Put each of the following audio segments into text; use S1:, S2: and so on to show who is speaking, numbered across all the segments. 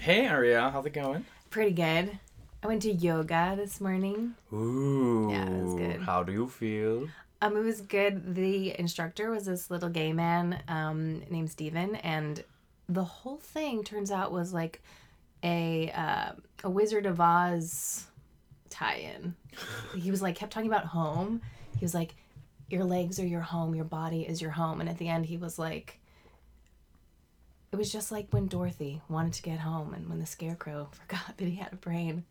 S1: How's it going?
S2: Pretty good. I went to yoga this morning.
S1: Ooh.
S2: Yeah, it was good.
S1: How do you feel?
S2: Um, it was good. The instructor was this little gay man um, named Steven, and the whole thing turns out was like a uh, a Wizard of Oz tie-in. He was like kept talking about home. He was like, "Your legs are your home. Your body is your home." And at the end, he was like, "It was just like when Dorothy wanted to get home, and when the Scarecrow forgot that he had a brain."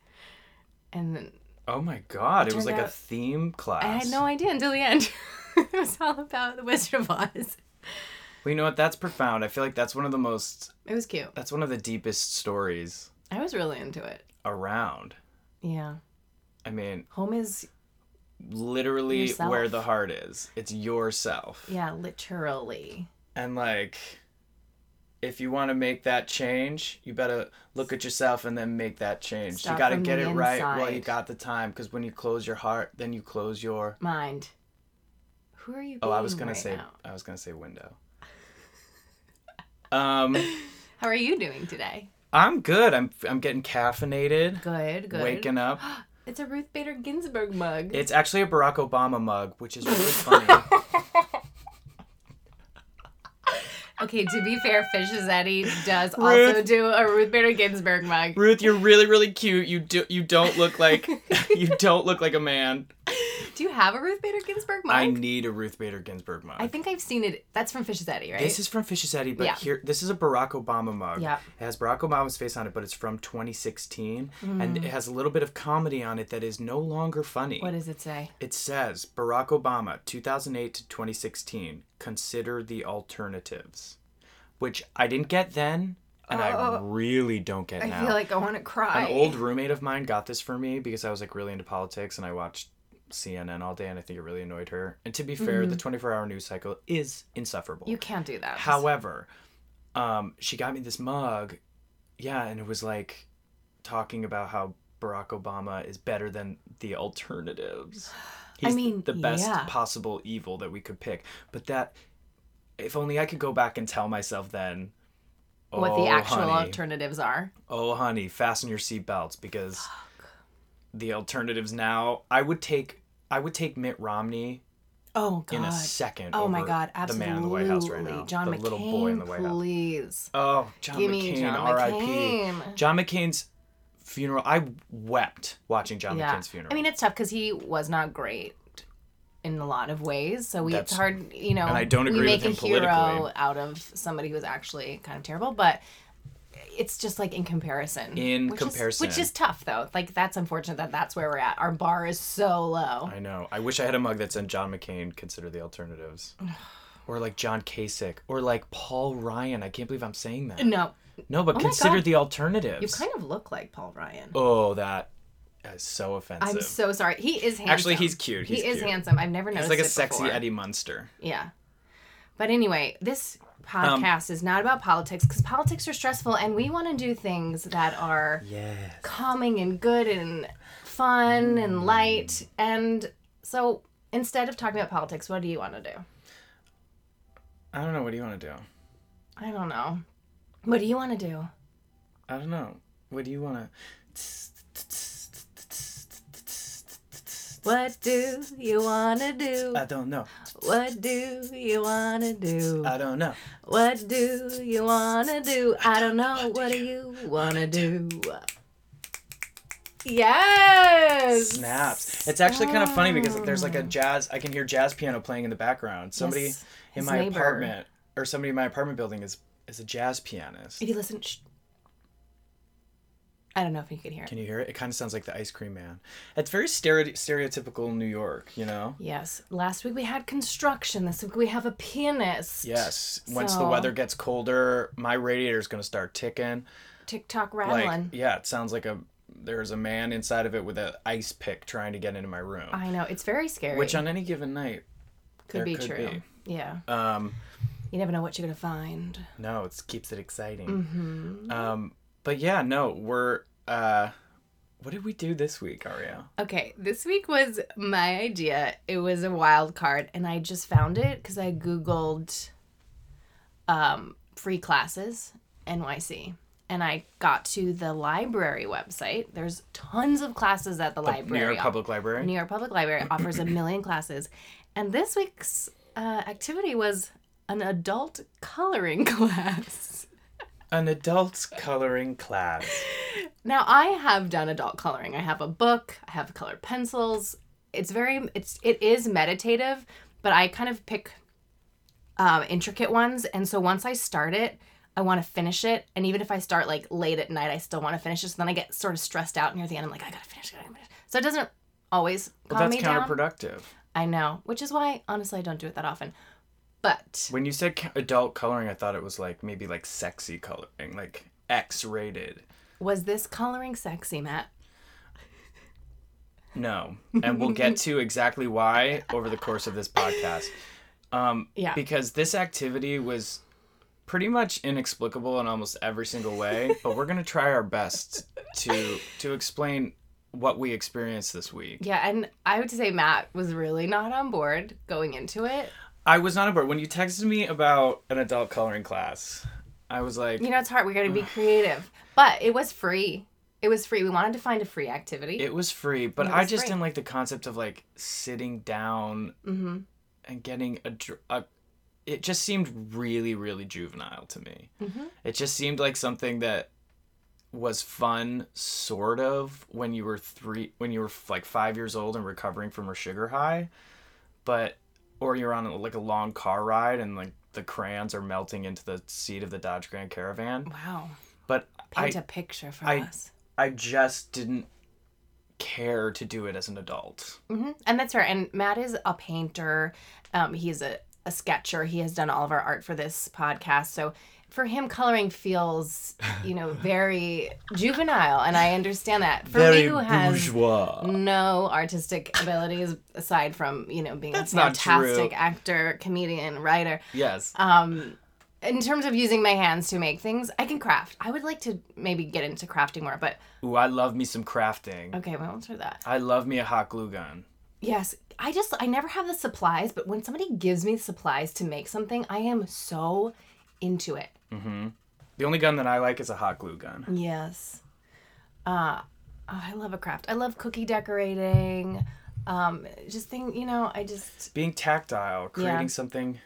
S2: And
S1: Oh my god, it, was
S2: turned
S1: like a
S2: out-
S1: theme class.
S2: I had no idea until the end. it was all about the Wizard of Oz.
S1: Well, you know what? That's profound. I feel like that's one of the most
S2: It was cute.
S1: that's one of the deepest stories
S2: I was really into it.
S1: around.
S2: Yeah.
S1: I mean,
S2: Home is,
S1: literally
S2: Yourself.
S1: where the heart is. It's yourself.
S2: yeah, literally.
S1: And like if you want to make that change, you better look at yourself and then make that change.
S2: Start
S1: you got to
S2: from
S1: get it
S2: the
S1: right while you
S2: inside.
S1: got the time cuz when you close your heart, then you close your
S2: Mind. Who are you
S1: Oh, I was
S2: being
S1: going
S2: right
S1: to say
S2: now?
S1: I was going to say window. um
S2: How are you doing today?
S1: I'm good. I'm I'm getting caffeinated.
S2: Good, good.
S1: Waking up.
S2: It's a Ruth Bader Ginsburg mug.
S1: It's actually a Barack Obama mug, which is really funny.
S2: okay, to be fair, Fish Zetti does also
S1: Ruth.
S2: do a Ruth Bader Ginsburg mug.
S1: Ruth, you're really really cute. You do you don't look like you don't look like a man.
S2: Do you have a Ruth Bader Ginsburg mug?
S1: I need a Ruth Bader Ginsburg mug.
S2: I think I've seen it. That's from Fish Zetti, right?
S1: this is from Fischietti, but
S2: Yeah.
S1: here this is a Barack Obama mug.
S2: Yeah.
S1: It has Barack Obama's face on it, but it's from 2016 and it has a little bit of comedy on it that is no longer funny.
S2: Mm-hmm. what does it say?
S1: It says Barack Obama, 2008 to 2016, consider the alternatives, which I didn't get then, and I really don't get now.
S2: Oh. I feel like I want to cry.
S1: An old roommate of mine got this for me because I was like really into politics and I watched CNN all day, and I think it really annoyed her. And to be fair, the 24 hour news cycle is insufferable.
S2: Mm-hmm. you can't do that.
S1: However, um, she got me this mug, yeah, and it was like talking about how Barack Obama is better than the alternatives. He's
S2: mean,
S1: the best
S2: yeah.
S1: possible evil that we could pick. But that, if only I could go back and tell myself then.
S2: what
S1: "Oh,
S2: the actual
S1: honey,
S2: alternatives are.
S1: Oh, honey, fasten your seatbelts because the alternatives now. I would take. I would take Mitt Romney
S2: Oh God.
S1: in a second.
S2: Oh my
S1: over
S2: God, absolutely.
S1: The man in the White House right now.
S2: John
S1: the
S2: McCain,
S1: little boy in the White House.
S2: please.
S1: Oh, John
S2: Give me
S1: McCain,
S2: John
S1: R.I.P.
S2: McCain.
S1: John McCain's funeral. I wept watching John
S2: Yeah.
S1: McCain's funeral.
S2: I mean, it's tough because he was not great in a lot of ways. So we, it's
S1: That's-
S2: hard, you know.
S1: and I don't agree
S2: we make
S1: with him
S2: a hero
S1: politically.
S2: out of somebody who's actually kind of terrible, but it's just like in comparison.
S1: In
S2: which
S1: comparison.
S2: is, which is tough though. Like that's unfortunate that that's where we're at. Our bar is so low.
S1: I know. I wish I had a mug that said John McCain. Consider the alternatives. Or like John Kasich, or like Paul Ryan. I can't believe I'm saying that.
S2: No,
S1: No, but consider
S2: oh God.
S1: the alternatives.
S2: you kind of look like Paul Ryan.
S1: Oh, that is so offensive.
S2: I'm so sorry. He is handsome.
S1: Actually, he's cute. He's
S2: he is
S1: cute.
S2: handsome. I've never
S1: He's
S2: noticed.
S1: like a
S2: it
S1: sexy
S2: before.
S1: Eddie Munster.
S2: Yeah. But anyway, this
S1: Um,
S2: podcast is not about politics because politics are stressful, and we want to do things that are
S1: Yes.
S2: calming and good and fun and light. And so, instead of talking about politics, what do you want to do?
S1: I don't know. What do you want to do?
S2: I don't know. What do you want to do?
S1: I don't know. What do you want to?
S2: What do you want to do?
S1: I don't know.
S2: What do you want to do?
S1: I don't know.
S2: What do you want to do? I don't know. What do you want to do? Yes. Mm,
S1: Snaps. It's actually kind of funny because there's like a jazz. I can hear jazz piano playing in the background. Somebody
S2: Oh. Yes,
S1: in
S2: his
S1: my
S2: neighbor.
S1: apartment or somebody in my apartment building is is a jazz pianist.
S2: If you listen, shh. I don't know if you could hear it.
S1: Can you hear it? It kind of sounds like the Ice Cream Man. It's very stere- stereotypical New York, you know.
S2: Yes. Last week we had construction. This week we have a pianist.
S1: Yes. Once the
S2: So-
S1: weather gets colder, my radiator's gonna start ticking.
S2: TikTok
S1: Like,
S2: rattling.
S1: yeah, it sounds like a there's a man inside of it with an ice pick trying to get into my room.
S2: I know it's very scary.
S1: Which on any given night, there
S2: could be
S1: could
S2: true. Yeah.
S1: um,
S2: You never know what you're gonna find. Mm-hmm.
S1: no, it keeps it exciting. Um, but yeah, no, we're uh, what did we do this week, Ariel?
S2: Okay, this week was my idea. It was a wild card, and I just found it because I Googled um, free classes, NYC. and I got to the library website. There's tons of classes at the,
S1: The
S2: library.
S1: New York Public Library.
S2: New York Public Library offers a million classes. And this week's uh, activity was an adult coloring class.
S1: An adult coloring class.
S2: Now, I have done adult coloring. I have a book, I have colored pencils. It's very it's it is meditative, but I kind of pick um, intricate ones, and so once I start it, I want to finish it. And even if I start like late at night, I still want to finish it. So then I get sort of stressed out near the end. I'm like, I gotta finish, it, I gotta finish. it. So it doesn't always calm
S1: Well, that's
S2: me down.
S1: counterproductive.
S2: I know, which is why honestly I don't do it that often. But
S1: When you said ca- adult coloring, I thought it was like maybe like sexy coloring, like X rated.
S2: was this coloring sexy, Matt?
S1: No. And we'll get to exactly why over the course of this podcast. Um,
S2: Yeah.
S1: Because this activity was pretty much inexplicable in almost every single way, but we're going to try our best to to explain what we experienced this week.
S2: Yeah, and I would say Matt was really not on board going into it.
S1: I was not on board. When you texted me about an adult coloring class, I was like,
S2: You know, it's hard. We gotta be creative. But it was free. It was free. We wanted to find a free activity.
S1: it was free, but
S2: It
S1: I
S2: was
S1: just
S2: free.
S1: didn't like the concept of like sitting down
S2: mm-hmm.
S1: and getting a, dr- a it just seemed really really juvenile to me
S2: Mhm.
S1: it just seemed like something that was fun sort of when you were three when you were like five years old and recovering from a sugar high but or you're on like a long car ride and like the crayons are melting into the seat of the dodge grand caravan
S2: Wow.
S1: but i
S2: Paint a picture for
S1: I-
S2: us.
S1: i just didn't care to do it as an adult
S2: hmm And that's right. And Matt is a painter. Um, he's a, a sketcher. He has done all of our art for this podcast. So for him, coloring feels, you know, very juvenile. And I understand that. For me, who has
S1: bourgeois
S2: no artistic abilities aside from, you know, being
S1: That's
S2: a
S1: not true.
S2: fantastic actor, comedian, writer,
S1: yes
S2: um, in terms of using my hands to make things, I can craft. I would like to maybe get into crafting more, but
S1: ooh i love me some crafting
S2: okay, well, let's try that.
S1: I love me a hot glue gun.
S2: Yes, I just I never have the supplies, but when somebody gives me supplies to make something, I am so into it.
S1: The only gun that I like is a hot glue gun.
S2: Yes. Uh oh, I love a craft. I love cookie decorating. Um just thing, you know, I just
S1: Being tactile, creating
S2: Yeah.
S1: something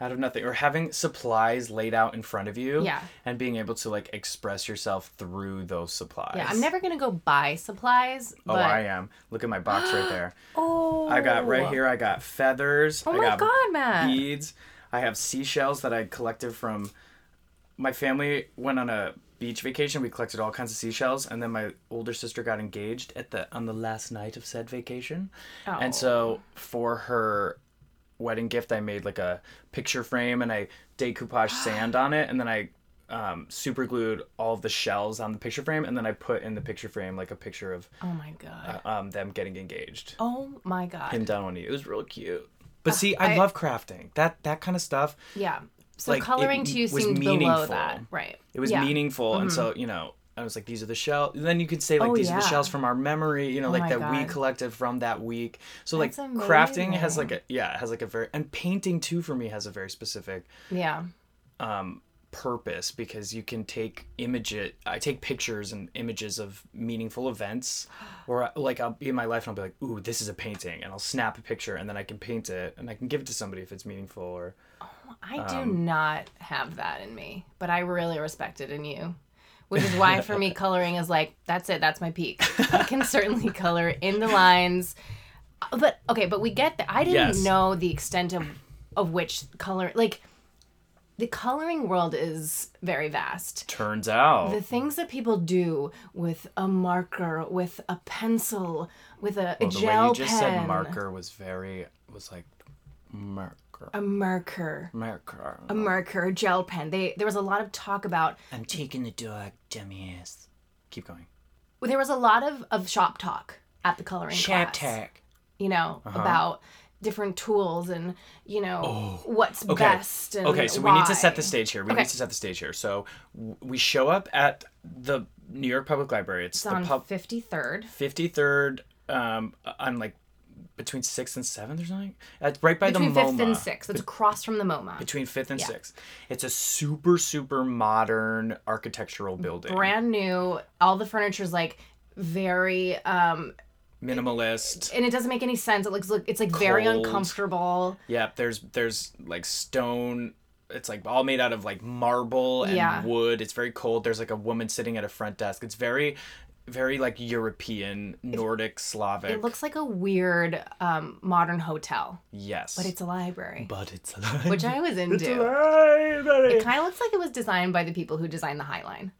S1: out of nothing, or having supplies laid out in front of you,
S2: Yeah.
S1: and being able to like express yourself through those supplies.
S2: yeah, I'm never going to go buy supplies,
S1: Oh,
S2: but
S1: I am. Look at my box right there.
S2: Oh.
S1: I got right here. I got feathers.
S2: Oh
S1: I
S2: my
S1: got
S2: God, Matt.
S1: Beads. I have seashells that I collected from. My family went on a beach vacation. We collected all kinds of seashells, and then my older sister got engaged at the on the last night of said vacation. And
S2: Oh.
S1: so for her wedding gift, I made like a picture frame and I decoupage sand on it, and then I um, super glued all of the shells on the picture frame, and then I put in the picture frame like a picture of
S2: Oh my god.
S1: um, them getting engaged
S2: oh my god.
S1: him down on you. It was real cute. But see, I,
S2: Ah, I-
S1: love crafting. That that kind of stuff.
S2: Yeah. So
S1: Like, it
S2: coloring to you
S1: was
S2: seemed below
S1: meaningful.
S2: that, right?
S1: It was
S2: yeah.
S1: meaningful, and so you know, I was like, these are the shells. Then you could say like,
S2: Oh,
S1: these are the
S2: yeah. Oh
S1: shells from our memory. You know, like
S2: my
S1: that we
S2: God.
S1: collected from that week. So
S2: That's
S1: like, crafting has
S2: amazing.
S1: like a yeah, it has like a very and painting too for me has a very specific
S2: Yeah.
S1: um purpose because you can take image it i take pictures and images of meaningful events or like i'll be in my life and i'll be like ooh this is a painting and i'll snap a picture and then i can paint it and i can give it to somebody if it's meaningful or
S2: I do
S1: Um,
S2: not have that in me, but I really respect it in you. Which is why for me coloring is like that's it, that's my peak. I can certainly color in the lines. Uh, But okay, but we get that I didn't
S1: Yes.
S2: know the extent of of which color like the coloring world is very vast.
S1: turns out
S2: The things that people do with a marker, with a pencil, with a, a
S1: well, the
S2: gel
S1: way you just
S2: pen,
S1: said marker was very was like marker
S2: a marker,
S1: marker
S2: a marker, a gel pen. They there was a lot of talk about.
S1: i'm taking the dog dummies keep going
S2: There was a lot of of shop talk at the coloring class.
S1: tag Uh-huh.
S2: You know about different tools and you know what's best. And
S1: Oh, Okay, so we need to set the
S2: why.
S1: stage here. We
S2: Okay.
S1: need to set the stage here. So w- we show up at the New York Public Library. It's,
S2: It's on
S1: the pub-
S2: fifty third.
S1: 53rd um on like between sixth and seventh or something. That's right by
S2: Between
S1: the MoMA.
S2: fifth and sixth. It's across from the MoMA.
S1: Between fifth and
S2: Yeah.
S1: sixth, it's a super super modern architectural building.
S2: Brand new. All the furniture's like very um
S1: Minimalist.
S2: and it doesn't make any sense. It looks look it's like very
S1: Cold.
S2: uncomfortable.
S1: Yep. There's there's like stone. It's like all made out of like marble and
S2: Yeah.
S1: wood. It's very cold. There's like a woman sitting at a front desk. It's very, very like European, Nordic, Slavic.
S2: It looks like a weird um modern hotel.
S1: yes.
S2: But it's a library.
S1: but it's alive.
S2: which I was into.
S1: It's a library.
S2: It kind of looks like it was designed by the people who designed the High Line.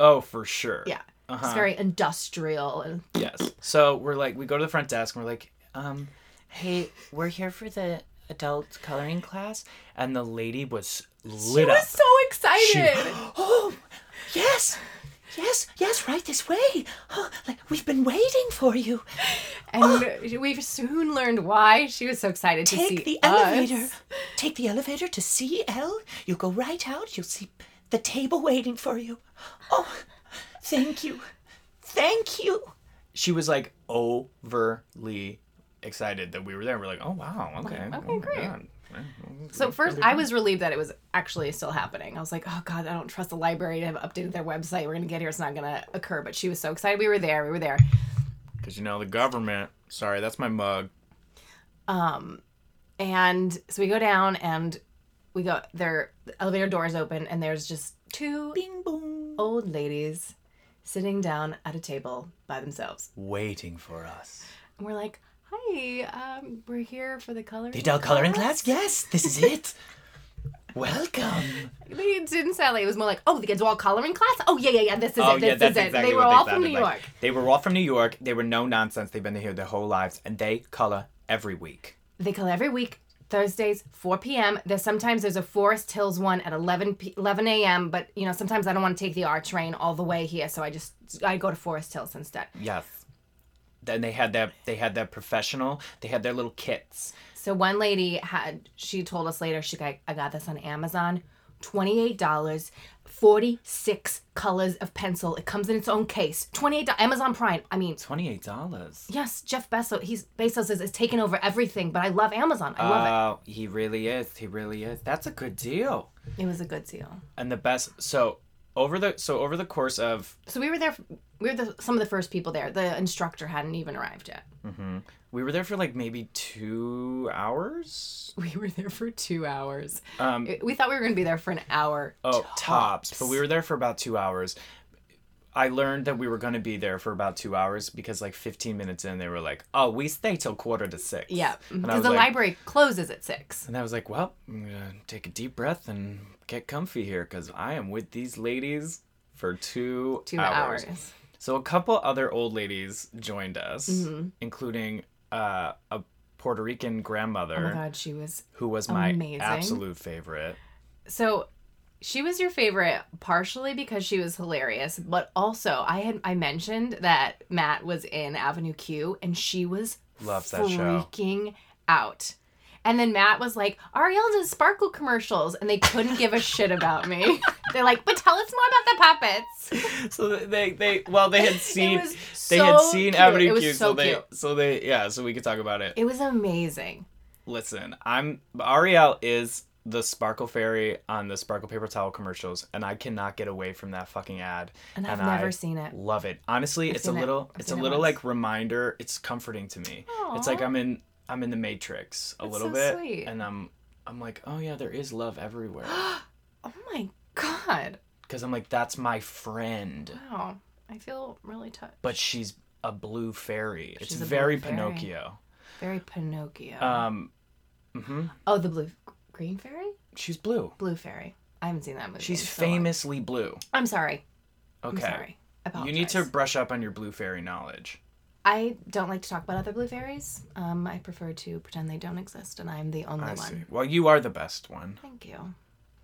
S1: oh, for sure.
S2: Yeah.
S1: Uh-huh.
S2: It's very industrial. and
S1: Yes. So we're like, we go to the front desk and we're like, um, hey, we're here for the adult coloring class. And the lady was lit up.
S2: so excited.
S1: She- oh, yes. Yes, yes, right this way. Oh, like we've been waiting for you.
S2: and we soon learned why she was so excited to see
S3: Take the
S2: us.
S3: elevator. Take the elevator to CL. You go right out. You'll see the table waiting for you. Oh, thank you. Thank you.
S1: She was like overly excited that we were there. We're like, oh wow, okay,
S2: okay,
S1: Oh, my
S2: great.
S1: God.
S2: So first, I was relieved that it was actually still happening. I was like, "Oh God, I don't trust the library to have updated their website. We're gonna get here; it's not gonna occur." But she was so excited. We were there. We were there.
S1: Because you know the government. Sorry, that's my mug.
S2: And so we go down, and we go. Their the elevator doors open, and there's just two
S3: Bing boom.
S2: old ladies sitting down at a table by themselves.
S1: Waiting for us.
S2: And we're like, "Hi, um, we're here for the coloring."
S3: The adult coloring class? Yes, this is it. Welcome.
S2: They didn't sound like it was more like, "Oh, the kids are all coloring class." Oh yeah, yeah, yeah. This is
S1: Oh
S2: it. This
S1: yeah, that's
S2: is it.
S1: exactly
S2: they were
S1: what
S2: all
S1: they
S2: from New
S1: sounded like.
S2: York.
S1: They were all from New York. They were no nonsense. They've been here their whole lives, and they color every week.
S2: They call every week. Thursdays, 4 p.m. There's sometimes there's a Forest Hills one at 11 p- 11 a.m. But you know sometimes I don't want to take the R train all the way here, so I just I go to Forest Hills instead.
S1: Yes. Then they had that. They had that professional. They had their little kits.
S2: So one lady had she told us later she got, I got this on Amazon, twenty eight dollars, forty six colors of pencil. It comes in its own case. Twenty eight Amazon Prime. I mean,
S1: Twenty eight dollars.
S2: yes, Jeff Bezos. He's Bezos is, is taken over everything, but I love Amazon. I love
S1: Oh, he really is. He really is. That's a good deal.
S2: it. It was a good deal.
S1: And the best. So over the so over the course of
S2: So we were there. We were the, some of the first people there. The instructor hadn't even arrived yet.
S1: we were there for like maybe two hours.
S2: We were there for two hours.
S1: Um,
S2: It- we thought we were going to be there for an hour.
S1: Oh, tops. But we were there for about two hours. I learned that we were going to be there for about two hours because, like, 15 minutes in, they were like, oh, we stay till quarter to six.
S2: Yeah,
S1: And I
S2: because
S1: was
S2: the
S1: like,
S2: library closes at six.
S1: And I was like, well, I'm going to take a deep breath and get comfy here because I am with these ladies for two,
S2: Two
S1: hours.
S2: hours.
S1: So a couple other old ladies joined us,
S2: Mm-hmm.
S1: including uh, a Puerto Rican grandmother
S2: Oh my God, she was
S1: who was my
S2: Amazing.
S1: absolute favorite.
S2: so she was your favorite partially because she was hilarious but also i had i mentioned that matt was in avenue q and she was
S1: Loves that show.
S2: freaking out and then Matt was like, Ariel does sparkle commercials, and they couldn't give a shit about me. They're like, but tell us more about the puppets.
S1: So they they well they had seen
S2: was
S1: they
S2: so
S1: had seen
S2: cute.
S1: Avenue
S2: It was
S1: Q,
S2: so
S1: so they
S2: cute.
S1: so they yeah, so we could talk about it.
S2: It was amazing.
S1: Listen, I'm Ariel is the Sparkle Fairy on the Sparkle Paper Towel commercials, and I cannot get away from that fucking ad.
S2: And I've
S1: I
S2: never seen it.
S1: Love it. Honestly, it's a
S2: seen it.
S1: little
S2: I've
S1: it's a
S2: seen it
S1: little
S2: once.
S1: like reminder. It's comforting to me. It's like
S2: Aw.
S1: I'm in I'm in the Matrix a little
S2: so
S1: bit,
S2: sweet.
S1: and I'm I'm like, oh yeah, there is love everywhere,
S2: Oh my god!
S1: because I'm like that's my friend,
S2: Wow, I feel really touched.
S1: but she's a blue fairy. It's
S2: She's a blue
S1: very
S2: fairy. Uh-huh.
S1: Pinocchio.
S2: Very Pinocchio.
S1: Um, mhm.
S2: oh, the blue green fairy,
S1: she's blue.
S2: blue fairy. I haven't seen that movie.
S1: She's
S2: in so long.
S1: famously blue.
S2: I'm sorry.
S1: Okay.
S2: I'm sorry. Apologize.
S1: You need to brush up on your blue fairy knowledge.
S2: I don't like to talk about other blue fairies. Um, I prefer to pretend they don't exist, and I'm the only
S1: I
S2: one.
S1: see. Well, you are the best one.
S2: Thank you.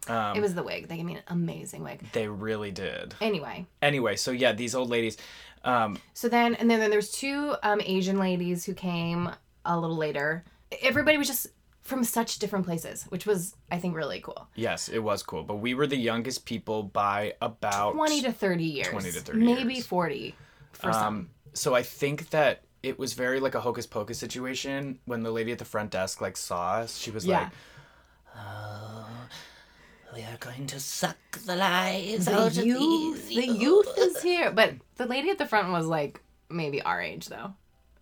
S1: Um,
S2: it was the wig. They gave me an amazing wig.
S1: They really did.
S2: Anyway,
S1: Anyway, so yeah, these old ladies. Um,
S2: so then and then, then there's two um, Asian ladies who came a little later. Everybody was just from such different places, which was I think really cool.
S1: yes, it was cool, but we were the youngest people by about
S2: Twenty to thirty years.
S1: 20 to 30
S2: Maybe
S1: years.
S2: forty. For some.
S1: Um, so I think that it was very like a hocus pocus situation when the lady at the front desk like saw us. She was
S2: Yeah.
S1: like,
S3: We are going to suck the lies
S2: The
S3: out
S2: youth,
S3: of these.
S2: the youth is here. But the lady at the front was like maybe our age though.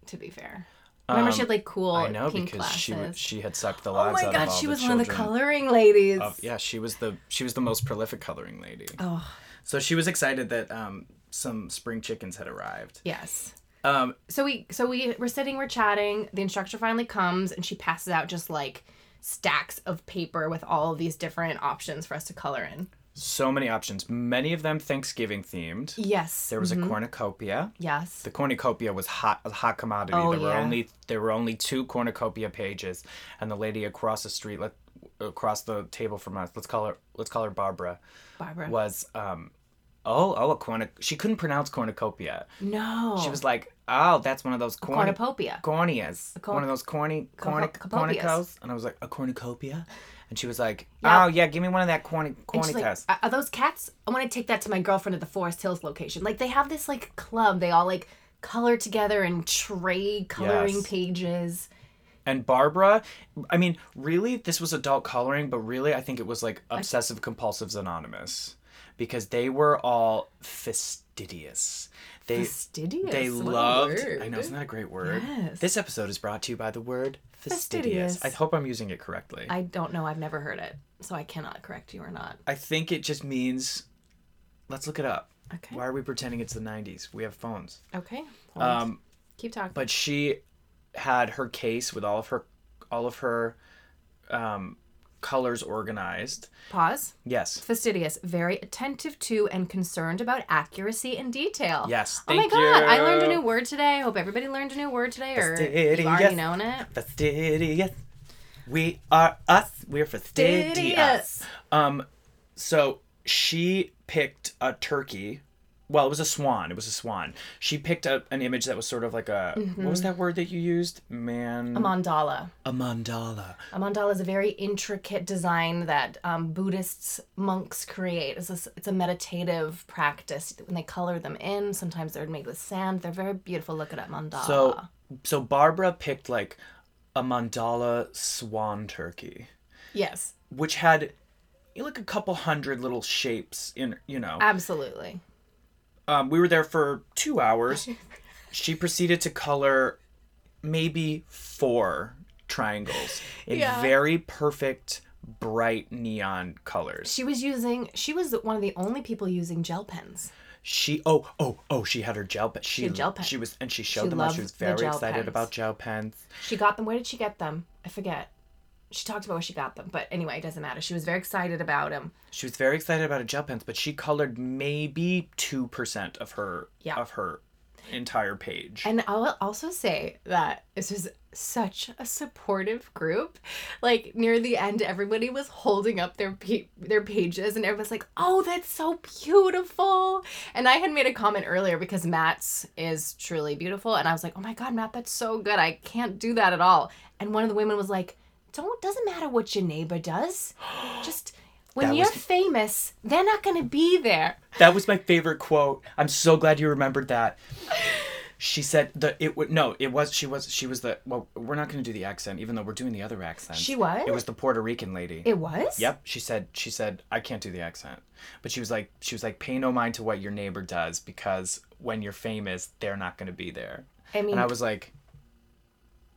S2: To be fair, remember she had like cool
S1: Um, I know
S2: pink
S1: because
S2: glasses.
S1: she w- she had sucked the
S2: oh
S1: lives
S2: my
S1: out
S2: god,
S1: of all
S2: she
S1: the
S2: was
S1: children.
S2: one of the coloring ladies.
S1: Yeah, she was the she was the most prolific coloring lady.
S2: Oh
S1: So she was excited that um some spring chickens had arrived.
S2: yes.
S1: Um
S2: so we so we we're sitting we're chatting the instructor finally comes and she passes out just like stacks of paper with all of these different options for us to color in
S1: so many options, many of them Thanksgiving themed.
S2: yes
S1: There was a cornucopia.
S2: yes
S1: The cornucopia was hot, a hot commodity.
S2: Oh,
S1: there were
S2: yeah.
S1: only there were only two cornucopia pages, and the lady across the street, let, across the table from us, let's call her let's call her Barbara,
S2: barbara
S1: was um, oh oh a cornu. She couldn't pronounce cornucopia.
S2: no
S1: She was like, oh, that's one of those corny,
S2: cornucopia
S1: corneas,
S2: corn-
S1: one of those corny corny
S2: cornucopias.
S1: cornicos. And I was like, a cornucopia, and she was like,
S2: Yeah.
S1: oh yeah, give me one of that corny
S2: And she's like,
S1: cornicas.
S2: "Are- are those cats i want to take that to my girlfriend at the forest hills location like they have this like club they all like color together and trade coloring
S1: Yes.
S2: pages
S1: and Barbara, I mean, really, this was adult coloring, but really, I think it was like Obsessive Compulsives Anonymous because they were all fastidious. They
S2: fastidious
S1: they
S2: what a
S1: loved.
S2: word.
S1: I know, isn't that a great word?
S2: Yes.
S1: This episode is brought to you by the word fastidious.
S2: Fastidious.
S1: I hope I'm using it correctly. I,
S2: i don't know i've never heard it so i cannot correct you or not
S1: think it just means. Let's look it up.
S2: Okay.
S1: Why are we pretending it's the '90s? We have phones.
S2: okay hold on.
S1: Um,
S2: keep talking
S1: but she had her case with all of her all of her um, colors organized.
S2: Pause.
S1: Yes.
S2: Fastidious, very attentive to and concerned about accuracy and detail.
S1: Yes,
S2: oh my
S1: thank
S2: god, I learned a
S1: you.
S2: new word today. Hope everybody learned a new word today or
S1: Fastidious.
S2: you've already known it.
S1: Fastidious. We are us. We're fastidious.
S2: Fastidious.
S1: Um, so she picked a turkey. Well, it was a swan. It was a swan. She picked up an image that was sort of like a what
S2: Mm-hmm.
S1: was that word that you used? Man,
S2: A mandala.
S1: a mandala.
S2: A mandala is a very intricate design that um, Buddhists monks create. It's a, it's a meditative practice. When they color them in, sometimes they're made with sand. They're very beautiful. Look at that mandala.
S1: So, so Barbara picked like a mandala swan turkey,
S2: yes,
S1: which had you know, like a couple hundred little shapes in you know.
S2: absolutely.
S1: Um, we were there for two hours. she proceeded to color maybe four triangles in
S2: Yeah.
S1: very perfect, bright neon colors.
S2: She was using. She was one of the only people using gel pens.
S1: She oh oh oh she had her gel pen. She,
S2: had gel pen.
S1: She was and she showed
S2: She
S1: them. all.
S2: loved
S1: She was
S2: the
S1: very
S2: gel
S1: excited
S2: pens.
S1: about gel pens.
S2: She got them. Where did she get them? I forget. She talked about where she got them, but anyway, it doesn't matter. She was very excited about them.
S1: She was very excited about her gel pens, but she colored maybe two percent of her
S2: Yeah.
S1: of her entire page.
S2: And I will also say that this was such a supportive group. Like near the end, everybody was holding up their pa- their pages, and everyone's like, "Oh, that's so beautiful!" And I had made a comment earlier because Matt's is truly beautiful, and I was like, "Oh my god, Matt, that's so good! I can't do that at all." And one of the women was like, "Don't doesn't matter what your neighbor does, just." When
S1: That
S2: you're
S1: was-
S2: famous, they're not gonna be there.
S1: That was my favorite quote. I'm so glad you remembered that. She said the it would no it was she was she was the well we're not going to do the accent even though we're doing the other accent.
S2: She was?
S1: It was the Puerto Rican lady.
S2: It was?
S1: Yep, she said she said I can't do the accent. But she was like she was like pay no mind to what your neighbor does because when you're famous they're not going to be there.
S2: I mean,
S1: And I was like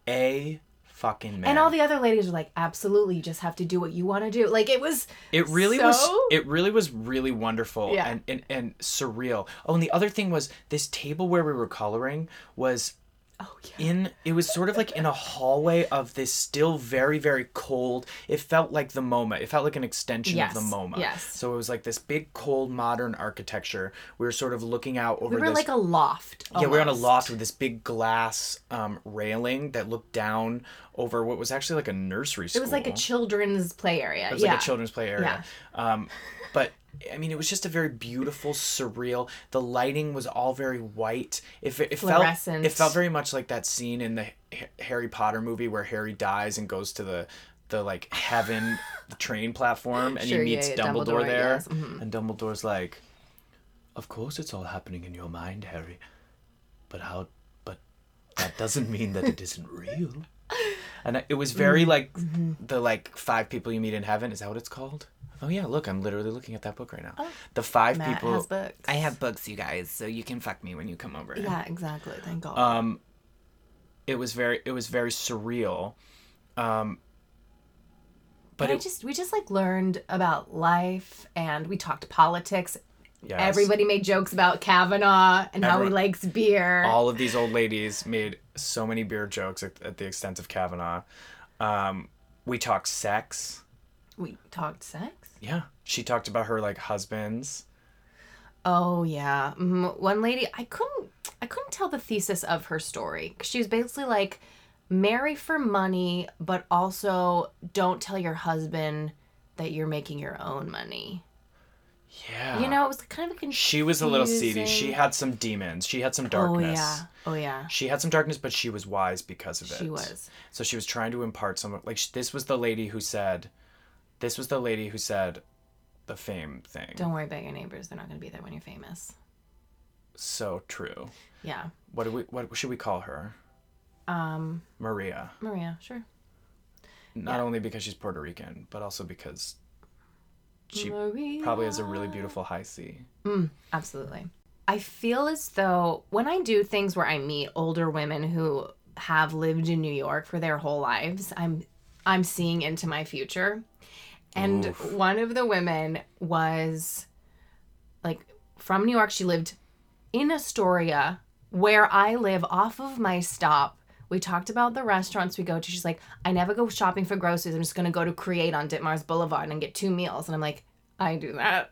S1: a fucking man.
S2: And all the other ladies were like, absolutely, you just have to do what you want to do. Like, it was.
S1: It really
S2: So-
S1: was. It really was really wonderful
S2: Yeah.
S1: and, and and surreal. Oh, and the other thing was this table where we were coloring was
S2: Oh, yeah.
S1: in. It was sort of like in a hallway of this still very very cold. It felt like the MoMA. It felt like an extension
S2: Yes,
S1: of the MoMA.
S2: yes.
S1: So it was like this big cold modern architecture. We were sort of looking out over
S2: We were
S1: this.
S2: like a loft.
S1: yeah, we were on a
S2: almost.
S1: loft with this big glass um, railing that looked down over what was actually like a nursery
S2: It
S1: school.
S2: was like a children's play area.
S1: It was
S2: yeah.
S1: like a children's play area. Um, but I mean, it was just a very beautiful, surreal. The lighting was all very white. If it, it felt,
S2: Fluorescent.
S1: it felt very much like that scene in the Ha- Harry Potter movie where Harry dies and goes to the the like heaven the train platform, and
S2: Sure,
S1: he meets
S2: yeah, yeah,
S1: Dumbledore,
S2: Dumbledore,
S1: there,
S2: yes, mm-hmm.
S1: and Dumbledore's like, "Of course, it's all happening in your mind, Harry, but how?" But that doesn't mean that it isn't real. And I- it was
S2: Mm-hmm.
S1: very like the like five people you meet in heaven. Is that what it's called? Oh yeah, look, I'm literally looking at that book right now. the five
S2: Oh, Matt
S1: people.
S2: has books.
S3: I have books, you guys, so you can fuck me when you come over.
S2: yeah, exactly. Thank God.
S1: Uh, It was very it was very surreal. Um, but
S2: I
S1: it,
S2: just we just like learned about life and we talked politics.
S1: yes.
S2: Everybody made jokes about Kavanaugh and how he
S1: Everyone-
S2: likes beer.
S1: all of these old ladies made so many beer jokes at, at the extent of Kavanaugh. Um, we talked sex.
S2: we talked sex.
S1: Yeah, she talked about her like husbands.
S2: Oh yeah, mm, one lady. I couldn't. I couldn't tell the thesis of her story. 'Cause She was basically like, marry for money, but also don't tell your husband that you're making your own money.
S1: Yeah,
S2: You know, it was kind of a confusion.
S1: Uh-huh. she was a little seedy. She
S2: confusing.
S1: had some demons. She had some
S2: Oh
S1: darkness.
S2: yeah. Oh yeah.
S1: She had some darkness, but she was wise because of it.
S2: She was.
S1: So she was trying to impart some. Like sh- this was the lady who said, this was the lady who said, the fame thing.
S2: Don't worry about your neighbors. They're not going to be there when you're famous.
S1: So true.
S2: Yeah.
S1: What do we? What should we call her?
S2: Um,
S1: Maria.
S2: Maria. Sure.
S1: Not only because she's Puerto Rican, but also because she
S2: Maria.
S1: probably has a really beautiful high C.
S2: Absolutely. I feel as though when I do things where I meet older women who have lived in New York for their whole lives, I'm I'm seeing into my future. And one of the women was like from New York, she lived in Astoria where I live off of my stop. We talked about the restaurants we go to. She's like, I never go shopping for groceries. I'm just going to go to Create on Ditmars Boulevard and get two meals. And I'm like, I do that.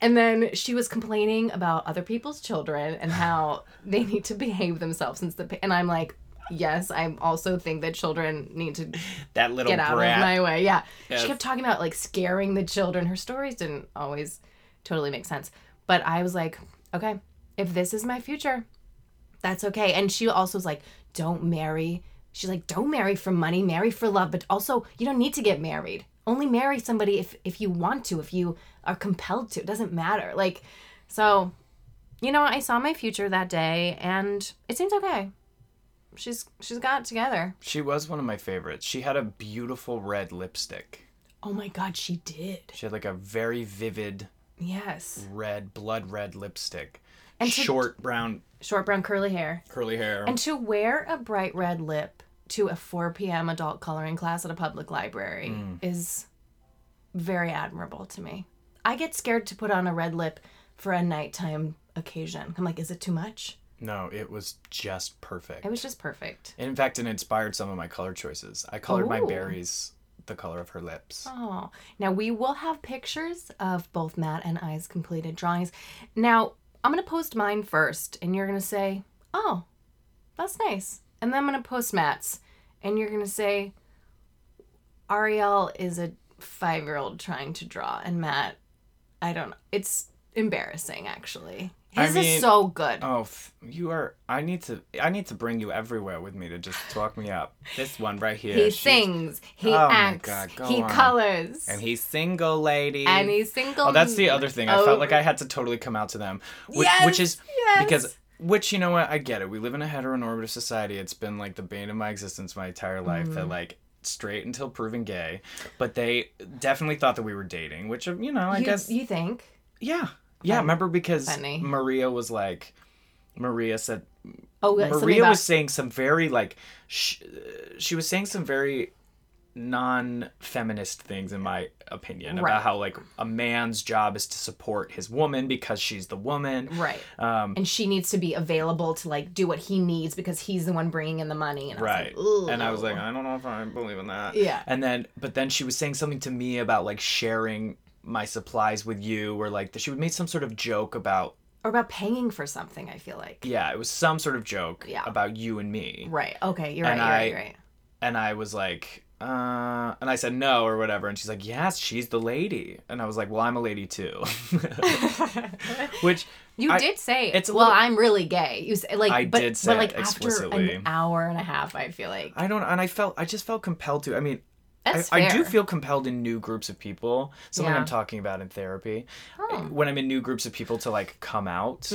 S2: And then she was complaining about other people's children and how they need to behave themselves since the. pa- And I'm like, yes, I also think that children need to
S1: That little
S2: get out
S1: brat.
S2: of my way. Yeah.
S1: Yes.
S2: She kept talking about like scaring the children. Her stories didn't always totally make sense. But I was like, okay, if this is my future, that's okay. And she also was like, don't marry. She's like, don't marry for money, marry for love, but also you don't need to get married. Only marry somebody if if you want to, if you are compelled to. It doesn't matter. Like, so you know, I saw my future that day and it seems okay. She's she's got it together.
S1: She was one of my favorites. She had a beautiful red lipstick.
S2: Oh my god, she did.
S1: She had like a very vivid
S2: Yes.
S1: red, blood red lipstick.
S2: And to-
S1: short brown
S2: Short brown curly hair.
S1: curly hair.
S2: And to wear a bright red lip to a 4 p.m. adult coloring class at a public library is very admirable to me. I get scared to put on a red lip for a nighttime occasion. I'm like, is it too much?
S1: no, it was just perfect.
S2: It was just perfect.
S1: In fact, it inspired some of my color choices. I colored my
S2: Ooh.
S1: berries the color of her lips.
S2: Oh, now we will have pictures of both Matt and I's completed drawings. Now, I'm going to post mine first, and you're going to say, Oh, that's nice. And then I'm going to post Matt's, and you're going to say, Ariel is a five year old trying to draw, and Matt, I don't know. It's embarrassing, actually.
S1: I
S2: His
S1: mean-
S2: is so good.
S1: Oh, f- you are. I need to. I need to bring you everywhere with me to just talk me up. This one right here.
S2: he
S1: she's-
S2: sings, he
S1: Oh my
S2: acts,
S1: God, go
S2: he
S1: on.
S2: colors,
S1: and he's single, lady.
S2: and he's single.
S1: Oh, that's the other thing. I
S2: Oh.
S1: felt like I had to totally come out to them, which,
S2: Yes,
S1: which is
S2: yes.
S1: because which you know what I get it. We live in a heteronormative society. It's been like the bane of my existence my entire life that
S2: Mm-hmm.
S1: like straight until proven gay, but they definitely thought that we were dating, which you know I
S2: you,
S1: guess
S2: you think?
S1: yeah yeah. Remember because
S2: Funny.
S1: Maria was like Maria said
S2: Oh, that's something
S1: Maria
S2: about-
S1: was saying some very like sh- uh, she was saying some very non-feminist things in my opinion
S2: Right.
S1: about how like a man's job is to support his woman because she's the woman Um,
S2: Right. and she needs to be available to like do what he needs because he's the one bringing in the money. And
S1: right
S2: I was like,
S1: and i was
S2: "Ooh."
S1: like uh, i don't know if i believe in that
S2: Yeah.
S1: and then but then she was saying something to me about like sharing my supplies with you or like she made some sort of joke about
S2: or about paying for something. I feel like.
S1: yeah it was some sort of joke
S2: Yeah.
S1: about you and me
S2: Right. Okay. You're right.
S1: And
S2: You're
S1: I-
S2: right. You're right.
S1: and I was like, uh, and I said no or whatever, and she's like, yes, she's the lady, and I was like, well, I'm a lady too, which
S2: You
S1: I-
S2: did say
S1: it's
S2: it's
S1: a
S2: well.
S1: little-
S2: I'm really gay. You say like
S1: I
S2: but,
S1: did say
S2: but
S1: it
S2: like after
S1: explicitly.
S2: an hour and a half. I feel like
S1: I don't, and I felt, I just felt compelled to. I mean, I,
S2: that's
S1: I
S2: fair.
S1: do feel compelled in new groups of people. Something
S2: Yeah.
S1: I'm talking about in therapy
S2: Oh. Mm-hmm.
S1: when I'm in new groups of people to like come out,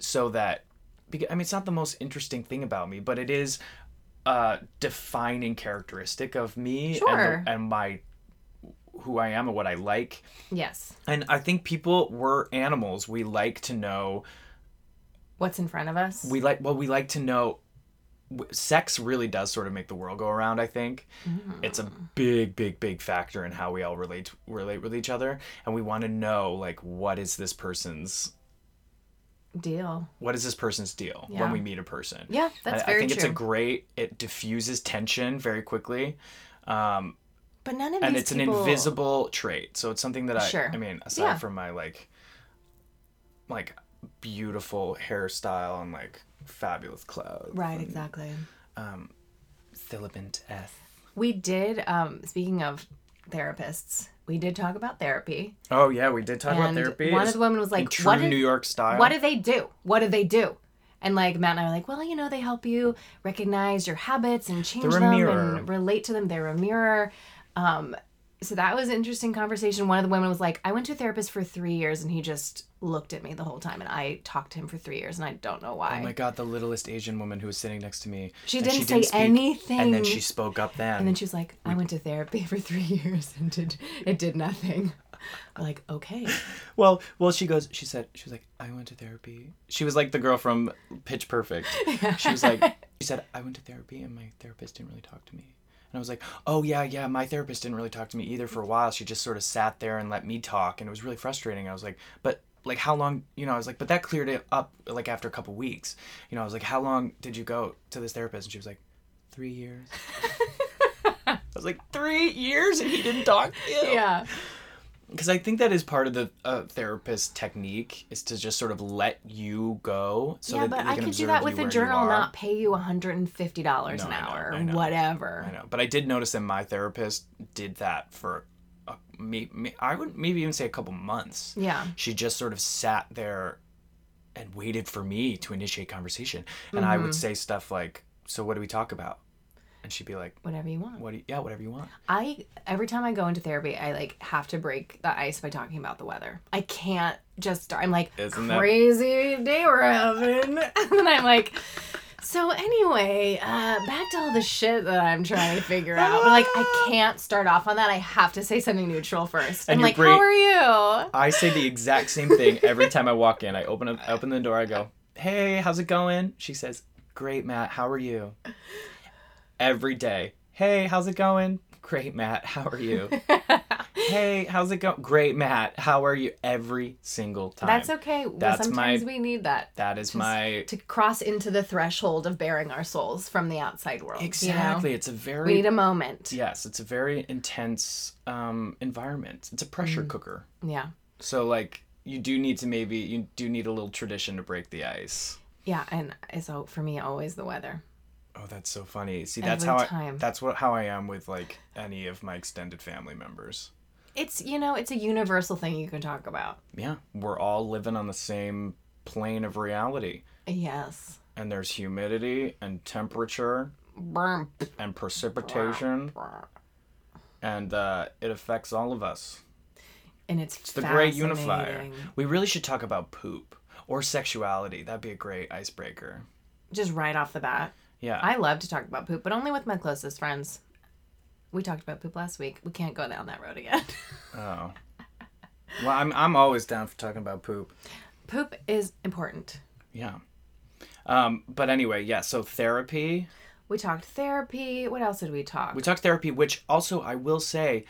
S1: so that because I mean it's not the most interesting thing about me, but it is a defining characteristic of me
S2: Sure.
S1: and, the- and my who I am and what I like.
S2: Yes.
S1: And I think people were animals. We like to know
S2: What's in front of us?
S1: we like well we like to know w- sex really does sort of make the world go around i think
S2: Mm-hmm.
S1: it's a big big big factor in how we all relate relate with each other and we want to know like what is this person's
S2: Deal.
S1: what is this person's deal when
S2: Yeah.
S1: we meet a person
S2: Yeah, that's
S1: I,
S2: very
S1: I think
S2: true.
S1: it's a great it diffuses tension very quickly um,
S2: but none of
S1: and
S2: these
S1: it's
S2: people-
S1: an invisible trait so it's something that i
S2: Sure.
S1: i mean aside
S2: Yeah.
S1: from my like like beautiful hairstyle and like fabulous clothes
S2: Right. Exactly.
S1: Philibant S.
S2: We did. Um, speaking of therapists, we did talk about therapy.
S1: Oh yeah, we did talk about
S2: And
S1: therapy.
S2: one of
S1: It's
S2: the women was
S1: in
S2: like,
S1: true
S2: "What did
S1: New York style.
S2: what do they do? What do they do? And like Matt and I were like, well, you know, they help you recognize your habits and change
S1: They're a
S2: them
S1: mirror.
S2: and relate to them. They're a mirror. Um, so that was an interesting conversation. One of the women was like, I went to a therapist for three years and he just looked at me the whole time and I talked to him for three years and I don't know why.
S1: Oh my god, the littlest Asian woman who was sitting next to me.
S2: She
S1: and
S2: didn't say
S1: speak, And
S2: anything.
S1: then she spoke up then.
S2: and then she was like, I went to therapy for three years and did it did nothing. I'm like, okay.
S1: well, well, she goes. She said she was like, I went to therapy. She was like the girl from Pitch Perfect. She was like, she said I went to therapy and my therapist didn't really talk to me. And I was like, oh yeah, yeah, my therapist didn't really talk to me either for a while. She just sort of sat there and let me talk, and it was really frustrating. I was like, but like how long you know i was like but that cleared it up like after a couple weeks you know i was like how long did you go to this therapist and she was like three years i was like three years and he didn't talk to you
S2: Yeah.
S1: because I think that is part of the uh, therapist technique is to just sort of let you go. So
S2: yeah,
S1: that
S2: but
S1: they
S2: I
S1: can
S2: could do
S1: observe
S2: that
S1: you
S2: with a
S1: where you
S2: journal,
S1: are.
S2: not pay you $150
S1: No,
S2: an
S1: I know,
S2: hour
S1: I
S2: or
S1: know.
S2: whatever.
S1: I know, but I did notice that my therapist did that for, a, may, may, I would maybe even say a couple months.
S2: Yeah.
S1: She just sort of sat there, and waited for me to initiate conversation, and I
S2: Mm-hmm.
S1: would say stuff like, "So what do we talk about?" And she'd be like,
S2: whatever you want.
S1: "What? Do you, yeah, whatever you want."
S2: I every time I go into therapy, I like have to break the ice by talking about the weather. I can't just start. I'm like
S1: Isn't that-
S2: crazy day we're having, and then I'm like. So anyway, uh, back to all the shit that I'm trying to figure out. But like, I can't start off on that. I have to say something neutral first.
S1: And
S2: I'm
S1: your
S2: like,
S1: brain-
S2: how are you?
S1: I say the exact same thing every time I walk in. I open up, I open the door. I go, "Hey, how's it going?" She says, "Great, Matt. How are you?" Every day. Hey, how's it going? Great, Matt. How are you? hey, how's it going? Great, Matt. How are you? Every single time.
S2: That's okay.
S1: That's
S2: Sometimes
S1: my-
S2: we need that
S1: That is my
S2: to cross into the threshold of bearing our souls from the outside world. you know?
S1: exactly. It's a
S2: We
S1: very
S2: need a moment.
S1: yes. It's a very intense um, environment. It's a pressure
S2: Mm.
S1: cooker.
S2: yeah.
S1: So like you do need to maybe you do need a little tradition to break the ice.
S2: Yeah, and it's al- for me always the weather.
S1: Oh, that's so funny. See, that's
S2: Every
S1: how I,
S2: time.
S1: that's what how I am with like any of my extended family members.
S2: It's you know, it's a universal thing you can talk about.
S1: Yeah, we're all living on the same plane of reality,
S2: Yes.
S1: and there's humidity and temperature
S2: Burm.
S1: and precipitation, and uh, it affects all of us.
S2: And it's,
S1: It's the great unifier. We really should talk about poop or sexuality. That'd be a great icebreaker.
S2: Just right off the bat.
S1: Yeah,
S2: I love to talk about poop, but only with my closest friends. We talked about poop last week. We can't go down that road again.
S1: Oh. Well, I'm I'm always down for talking about poop.
S2: poop is important.
S1: Yeah. Um, but anyway, yeah. So therapy.
S2: We talked therapy. What else did we talk?
S1: We talked therapy, which also I will say,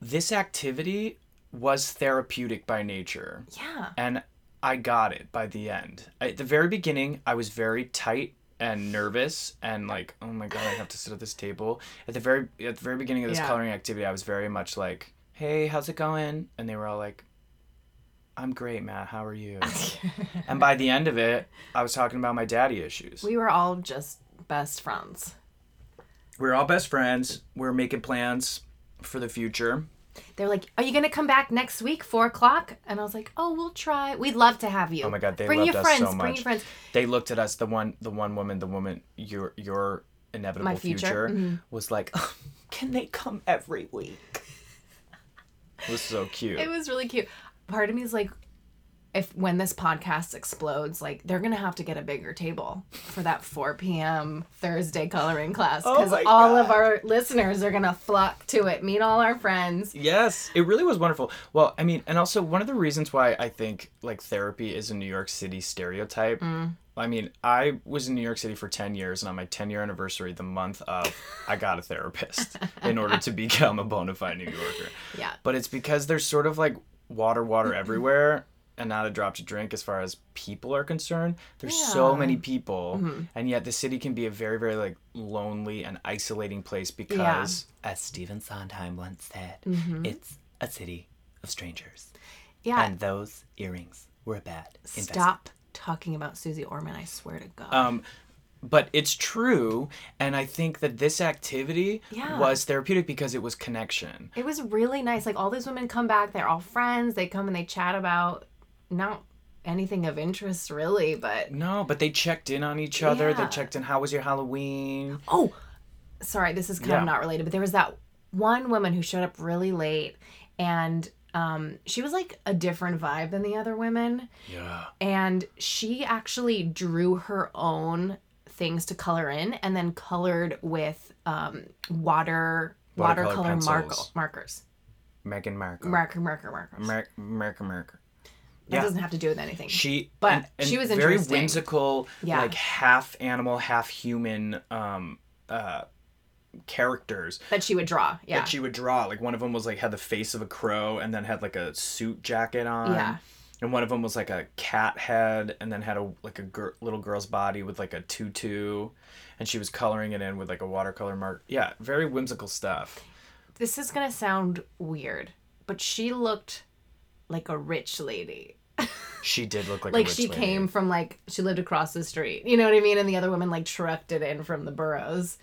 S1: this activity was therapeutic by nature,
S2: yeah.
S1: and I got it by the end. At the very beginning, I was very tight and nervous and like, oh my god, I have to sit at this table. At the very at the very beginning of this
S2: Yeah.
S1: coloring activity, I was very much like, hey, how's it going? And they were all like, I'm great, Matt. How are you? and by the end of it, I was talking about my daddy issues.
S2: We were all just best friends.
S1: We're all best friends. We're making plans for the future.
S2: They're like, "Are you gonna come back next week, four o'clock?" And I was like, "Oh, we'll try. We'd love to have you.
S1: Oh my god, they
S2: bring
S1: loved
S2: your
S1: us
S2: friends.
S1: so much.
S2: Bring your friends.
S1: They looked at us. The one, the one woman, the woman, your your inevitable
S2: My future, Mm-hmm.
S1: was like,
S3: Can they come every week?
S1: was so cute.
S2: It was really cute. Part of me is like, if when this podcast explodes, like they're gonna have to get a bigger table for that 4 p.m. Thursday coloring class because
S1: Oh my
S2: all of our listeners are gonna flock to it, meet all our friends.
S1: Yes, it really was wonderful. Well, I mean, and also one of the reasons why I think like therapy is a New York City stereotype.
S2: Mm.
S1: I mean, I was in New York City for 10 years, and on my 10 year anniversary, the month of, I got a therapist in order to become a bona fide New Yorker.
S2: Yeah.
S1: But it's because there's sort of like water, water everywhere, and not a drop to drink as far as people are concerned. There's so
S2: Yeah. Mm-hmm.
S1: many people, and yet the city can be a very, very like lonely and isolating place because, as Stephen Sondheim once said, it's a city of strangers.
S2: Yeah.
S1: And those earrings were a bad investment.
S2: Stop talking about Susie Orman, I swear to God.
S1: Um, but it's true, and I think that this activity
S2: Yeah.
S1: was therapeutic because it was connection.
S2: It was really nice. Like all these women come back, they're all friends. They come and they chat about not anything of interest really, but
S1: No, but they checked in on each other. They
S2: Yeah.
S1: checked in. How was your Halloween?
S2: oh, sorry, this is kind
S1: Yeah.
S2: of not related, but there was that one woman who showed up really late and um, she was like a different vibe than the other women.
S1: Yeah.
S2: and she actually drew her own things to color in and then colored with um, water
S1: Watercolor
S2: watercolor marker,
S1: pencils.
S2: markers
S1: Megan Markle.
S2: marker marker markers
S1: Mer- Merker Merker.
S2: that
S1: yeah.
S2: doesn't have to do with anything
S1: She
S2: But
S1: and, and
S2: she was
S1: very
S2: interesting.
S1: whimsical,
S2: Yeah.
S1: like half animal, half human um uh characters
S2: that she would draw yeah
S1: that she would draw. Like one of them was like had the face of a crow and then had like a suit jacket on.
S2: Yeah.
S1: And one of them was like a cat head and then had a like a gir- little girl's body with like a tutu and she was coloring it in with like a watercolor mark. Yeah, very whimsical stuff.
S2: this is gonna sound weird but she looked like a rich lady
S1: She did look like
S2: like
S1: a rich
S2: she
S1: lady.
S2: came from like she lived across the street you know what i mean and the other woman like trucked it in from the boroughs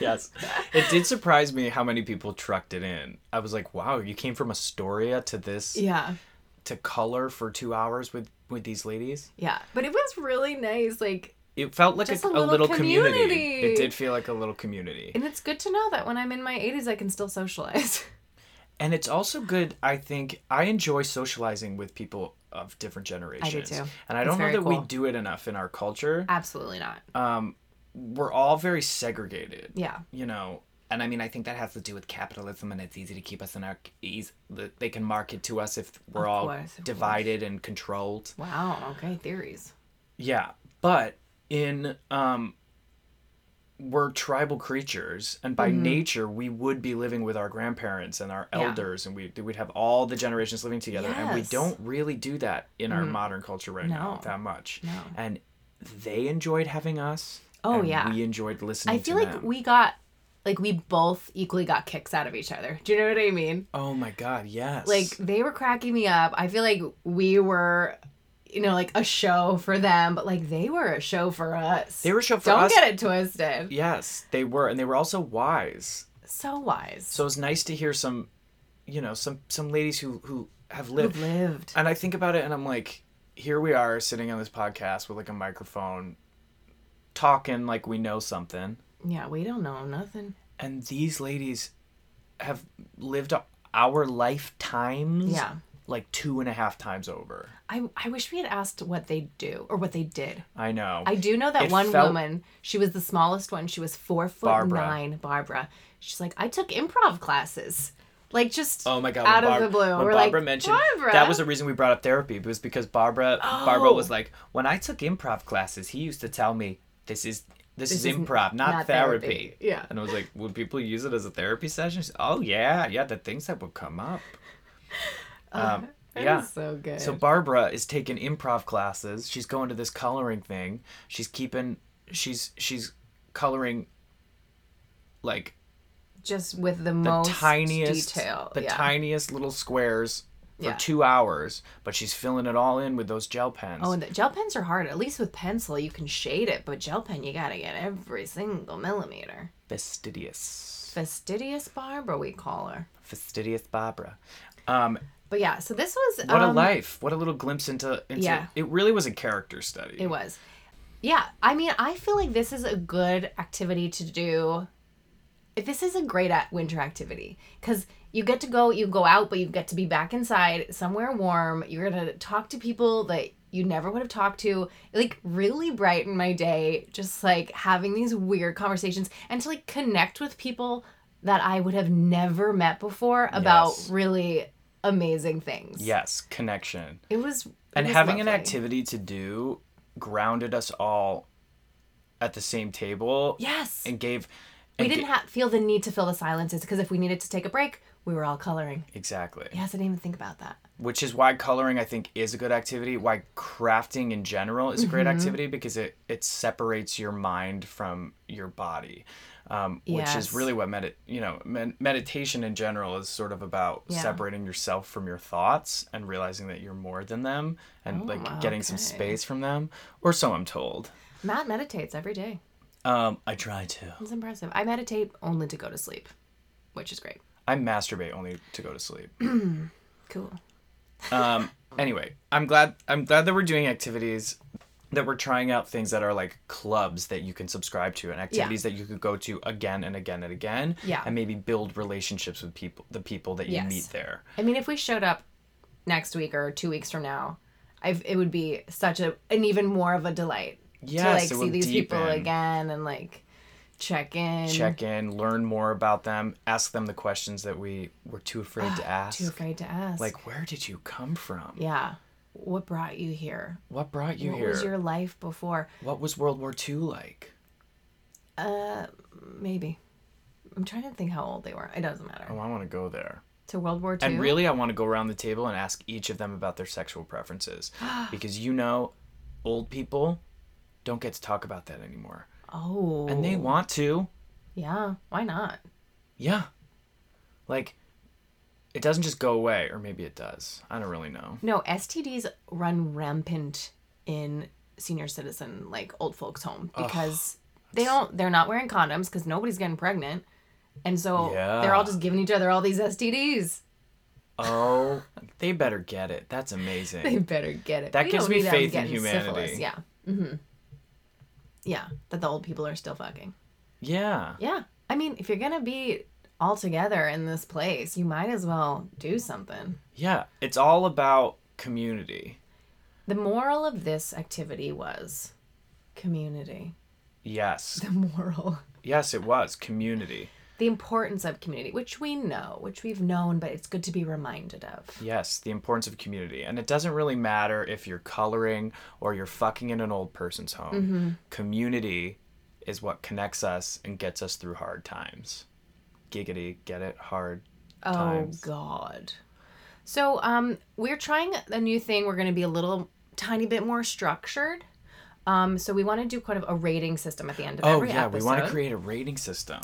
S1: yes. It did surprise me how many people trucked it in. I was like, wow, you came from Astoria to this
S2: yeah
S1: to color for two hours with with these ladies.
S2: yeah but it was really nice like
S1: It felt like a,
S2: Just
S1: a little, community. It
S2: community.
S1: did feel like a little community.
S2: And it's good to know that when I'm in my 80s, I can still socialize.
S1: And it's also good, I think I enjoy socializing with people of different generations.
S2: too.
S1: And I
S2: It's
S1: don't know
S2: very
S1: that
S2: cool.
S1: we do it enough in our culture.
S2: Absolutely not.
S1: We're all very segregated.
S2: Uh, yeah.
S1: you know and i mean i think that has to do with capitalism and it's easy to keep us in our ease that they can market to us if we're all
S2: course, of
S1: divided and controlled
S2: Wow. Okay. Theories.
S1: yeah but in um we're tribal creatures and by nature we would be living with our grandparents and our
S2: Mm-hmm. Yeah.
S1: elders and we we'd have all the generations living together and
S2: Yes.
S1: we
S2: Mm-hmm.
S1: don't really do that in our modern culture right now
S2: No.
S1: that much
S2: No.
S1: and they enjoyed having us
S2: Oh,
S1: and
S2: yeah.
S1: we enjoyed listening
S2: I feel
S1: to
S2: like
S1: them.
S2: we got, like, we both equally got kicks out of each other. Do you know what I mean?
S1: oh my god yes
S2: Like, they were cracking me up. I feel like we were, you know, like a show for them, but like they were a show for us.
S1: They were a show for
S2: Don't
S1: us.
S2: get it twisted.
S1: Yes, they were, and they were also wise.
S2: So wise.
S1: So it's nice to hear some, you know, some some ladies who who have
S2: Who
S1: lived.
S2: lived.
S1: And I think about it, and I'm like, here we are sitting on this podcast with like a microphone, talking like we know something,
S2: Yeah. We don't know nothing.
S1: and these ladies have lived our lifetimes.
S2: Yeah.
S1: Like two and a half times over.
S2: I, I wish we had asked what they do or what they did.
S1: I know.
S2: I do know that
S1: It
S2: one
S1: felt-
S2: woman. She was the smallest one. She was four foot
S1: Barbara.
S2: nine. Barbara. She's like, I took improv classes, like just
S1: Oh my god!
S2: out
S1: when
S2: of the
S1: Barb-
S2: blue.
S1: when
S2: We're
S1: Barbara
S2: like,
S1: mentioned
S2: Barbara.
S1: that was the reason we brought up therapy. It was because Barbara Barbara was
S2: Oh.
S1: like, when I took improv classes, he used to tell me this is this, is
S2: is n-
S1: improv, not,
S2: not
S1: therapy.
S2: therapy." Yeah.
S1: And I was like, would people use it as a therapy session? She's, oh yeah, yeah, the things that would come up. Um,
S2: Uh, That
S1: yeah.
S2: was so good.
S1: So Barbara is taking improv classes. She's going to this coloring thing. She's keeping she's she's coloring like
S2: just with the,
S1: the
S2: most
S1: tiniest
S2: detail.
S1: the
S2: yeah.
S1: tiniest little squares for
S2: Yeah.
S1: two hours but she's filling it all in with those gel pens
S2: Oh, and the gel pens are hard. At least with pencil, you can shade it, but gel pen, you gotta get every single millimeter.
S1: fastidious
S2: Fastidious Barbara, we call her.
S1: fastidious barbara um
S2: But yeah, so this was
S1: what a
S2: um,
S1: life what a little glimpse into into
S2: yeah.
S1: it really was a character study
S2: It was. Yeah, I mean, I feel like this is a good activity to do this is a great at winter activity because you get to go you go out but you get to be back inside somewhere warm you're gonna talk to people that you never would have talked to It, like really brighten my day just like having these weird conversations and to like connect with people that i would have never met before about
S1: Yes.
S2: really amazing things
S1: Yes, connection.
S2: it was it
S1: and
S2: was
S1: having an
S2: lovely.
S1: activity to do grounded us all at the same table
S2: yes
S1: and gave
S2: we
S1: and
S2: didn't
S1: ga-
S2: ha- feel the need to fill the silences because if we needed to take a break we were all coloring
S1: exactly
S2: yes i didn't even think about that
S1: which is why coloring i think is a good activity why crafting in general is a
S2: Mm-hmm.
S1: great activity because it it separates your mind from your body um, which
S2: Yes.
S1: is really what medit you know med- meditation in general is sort of about
S2: Yeah.
S1: separating yourself from your thoughts and realizing that you're more than them and like getting some
S2: Oh, okay.
S1: space from them or so i'm told
S2: matt meditates every day
S1: um, i try to
S2: It's impressive. I meditate only to go to sleep, which is great.
S1: I masturbate only to go to sleep.
S2: Cool.
S1: Um, anyway, I'm glad I'm glad that we're doing activities that we're trying out things that are like clubs that you can subscribe to and activities that you could go to again and again and again.
S2: Yeah.
S1: And maybe build relationships with people the people that you
S2: Yes. Mm-hmm.
S1: meet there.
S2: I mean, if we showed up next week or two weeks from now, I've, it would be such a an even more of a delight
S1: Yes, it
S2: to like see
S1: would
S2: these people
S1: deepen.
S2: again and like check in.
S1: Check in, learn more about them, ask them the questions that we were too afraid to ask.
S2: Too afraid to ask.
S1: Like, where did you come from?
S2: yeah, what brought you here?
S1: What brought you
S2: What
S1: here?
S2: was your life before?
S1: What was World War II like?
S2: Maybe. I'm trying to think how old they were. It doesn't matter.
S1: Oh, I want to go there.
S2: To World War II.
S1: And really, I want to go around the table and ask each of them about their sexual preferences. because you know, old people don't get to talk about that anymore.
S2: oh.
S1: And they want to.
S2: yeah. Why not?
S1: Yeah. Like, it doesn't just go away, or maybe it does. I don't really know.
S2: No, STDs run rampant in senior citizen like old folks home because they don't they're not wearing condoms because nobody's getting pregnant. And so they're all
S1: Yeah.
S2: just giving each other all these STDs.
S1: Oh, they better get it. That's
S2: They
S1: amazing.
S2: better get it.
S1: That
S2: We
S1: gives
S2: don't
S1: me
S2: need them
S1: faith in
S2: getting
S1: humanity.
S2: Yeah. hmm Yeah, that the old people are still fucking.
S1: Yeah.
S2: Yeah. I mean, if you're going to be all together in this place, you might as well do something.
S1: Yeah. It's all about community.
S2: The moral of this activity was community.
S1: Yes.
S2: The moral.
S1: Yes, it was. Community.
S2: the importance of community, which we know, which we've known, but it's good to be reminded of.
S1: Yes, the importance of community. And it doesn't really matter if you're coloring or you're fucking in an old person's home.
S2: Mm-hmm.
S1: Community is what connects us and gets us through hard times. Giggity, get it? Hard
S2: Oh
S1: times.
S2: God. So um, we're trying a new thing. We're going to be a little tiny bit more structured. Um, so we want to do kind of a rating system at the end of
S1: Oh,
S2: every
S1: yeah,
S2: episode.
S1: we want to create a rating system.